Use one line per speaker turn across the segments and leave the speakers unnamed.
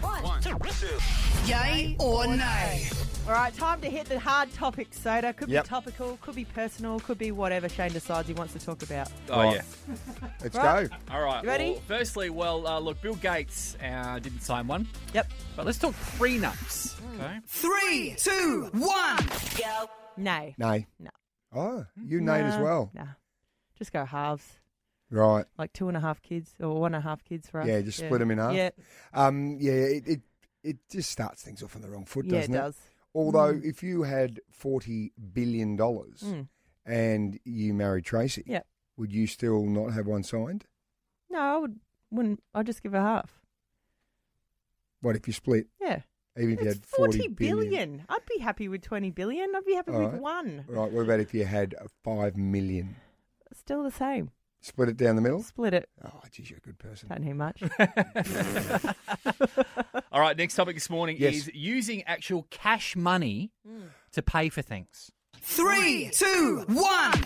One, two,
Yay or nay?
All right, time to hit the hard topics, Soda. Could
Yep.
be topical, could be personal, could be whatever Shane decides he wants to talk about.
Right.
Oh, yeah.
Let's
Right.
go.
All right.
You ready?
well, firstly, well, uh, look, Bill Gates uh, didn't sign one,
Yep.
but let's talk prenups. Okay.
Three, two, one.
Nay.
Nay.
No. Mm-hmm.
Oh, you nayed as
Nah,
well.
Nah. Just go halves.
Right.
Like two and a half kids or one and a half kids for us.
Yeah, just split 'em in half.
Yeah,
Um, yeah, it, it it just starts things off on the wrong foot,
yeah it
doesn't it?
does. Mm.
Although, if you had forty billion dollars and you married Tracy,
Yep.
would you still not have one signed?
No, I would, wouldn't. I'd just give her half.
What if you split?
Yeah.
Even if you
It's
had forty,
40 billion. I'd be happy with 20 billion. I'd be happy with
Alright.
one.
Right. What about if you had five million?
Still the same.
Split it down the middle.
Split it.
Oh, geez, you're a good person.
Don't hear much.
All right. Next topic this morning
Yes.
is using actual cash money to pay for things.
Three, two, one.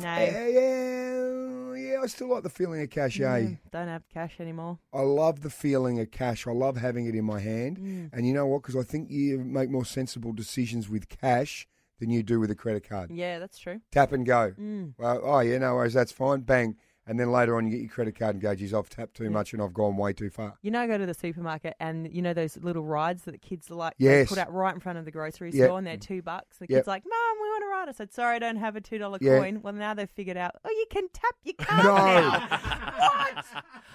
no.
Yeah, yeah, yeah, I still like the feeling of cash. eh?
Don't have cash anymore.
I love the feeling of cash. I love having it in my hand.
Mm.
And you know what? Because I think you make more sensible decisions with cash than you do with a credit card.
Yeah, that's true.
Tap and go.
Mm.
Well, oh, yeah, no worries. That's fine. Bang. And then later on, you get your credit card and go, geez, I've tapped too much and I've gone way too far.
You know, I go to the supermarket and you know those little rides that the kids like
Yes.
put out right in front of the grocery
Yep.
store and they're two bucks. The
Yep.
kid's like, Mom, we want to ride. I said, Sorry, I don't have a two dollar
Yeah.
coin. Well, now they've figured out, oh, you can tap your card
No.
now.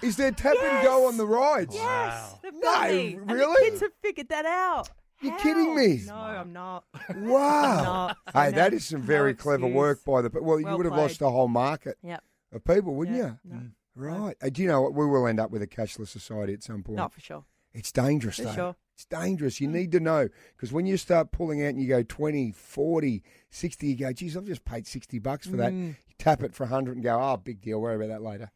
Is there tap and go on the rides?
Yes, they've got
No,
me. And the
really?
kids have figured that out.
You're
How?
kidding me.
No, I'm not.
Wow.
Not-
hey,
no-
that is some
no
very clever
excuse.
work by the. Well, you
Well
would have
played.
lost a whole market
Yep.
of people, wouldn't
Yeah,
you?
no.
Right. Uh, Do you know what? We will end up with a cashless society at some point.
Not for sure.
It's dangerous,
For
though.
sure. Mm.
It's dangerous. You need to know because when you start pulling out and you go 20, 40, 60, you go, geez, I've just paid 60 bucks for that.
Mm.
You tap it for 100 and go, oh, big deal. Worry about that later.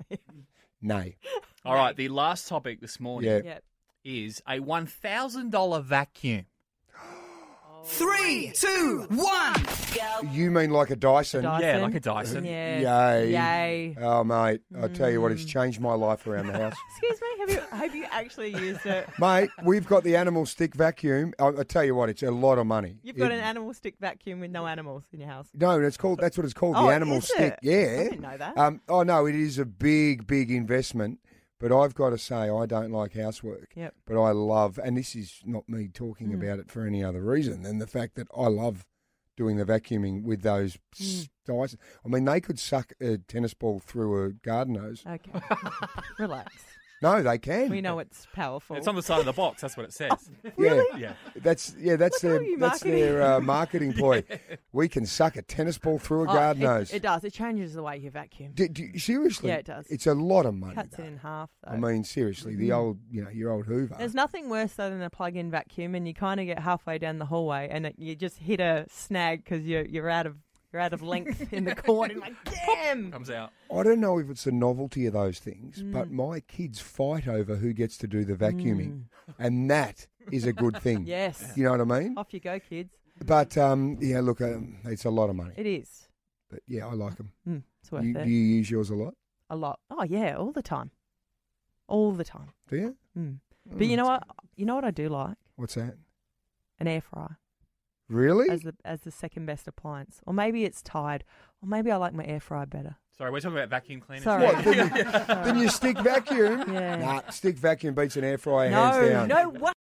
Nay.
All right. The last topic this morning
Yeah.
Yep.
is a one thousand dollar vacuum.
Three, two, one.
You mean like a Dyson?
Dyson.
Yeah, like a Dyson.
Yeah.
Yay.
Yay.
Oh, mate, I tell you what,
Mm.
it's changed my life around the house.
Excuse me, have you have you actually used it?
mate, we've got the animal stick vacuum. I, I tell you what, it's a lot of money.
You've got
It-
an animal stick vacuum with no animals in your house.
No, it's called. That's what it's called.
Oh,
the animal
is
stick.
it?
Yeah.
I didn't know that.
Um, oh no, it is a big, big investment. But I've got to say, I don't like housework.
Yep. Hmm.
But I love, and this is not me talking about it for any other reason than the fact that I love doing the vacuuming with those
Hmm.
s Dyson. I mean, they could suck a tennis ball through a garden hose.
Okay. Relax.
No, they can.
We know it's powerful.
It's on the side of the box. That's what it says.
Really?
Yeah.
That's yeah. That's
Look how
their
you
that's their uh, marketing ploy. We can suck a tennis ball through a
Oh,
garden
it,
hose.
It does. It changes the way you vacuum.
Do- do- seriously?
Yeah, it does.
It's a lot of money.
Cuts
though.
it in half. Though. Mm-hmm.
I mean, uh, seriously, the old, you know, your old Hoover.
There's nothing worse though than a plug-in vacuum, and you kind of get halfway down the hallway, and it, you just hit a snag because you're you're out of you're out of length in the corner. Like, damn.
Comes out.
I don't know if it's the novelty of those things, but
Mm.
my kids fight over who gets to do the vacuuming, and that is a good thing.
Yes. Oh.
You know what I mean?
Off you go, kids.
But um, yeah, look, um, it's a lot of money.
It is.
But yeah, I like them.
Mm, it's worth
You,
it.
do you use yours a lot?
A lot. Oh yeah, all the time. All the time.
Do you?
Mm. But you know what? You know what I do like?
What's that?
An air fryer
Really?
as the as the second best appliance, or maybe it's tied, or maybe I like my air fryer better.
Sorry, we're talking about vacuum cleaners.
Sorry.
What, then, you, then you stick vacuum?
Yeah.
Nah, stick vacuum beats an air fryer hands
No,
down.
no way.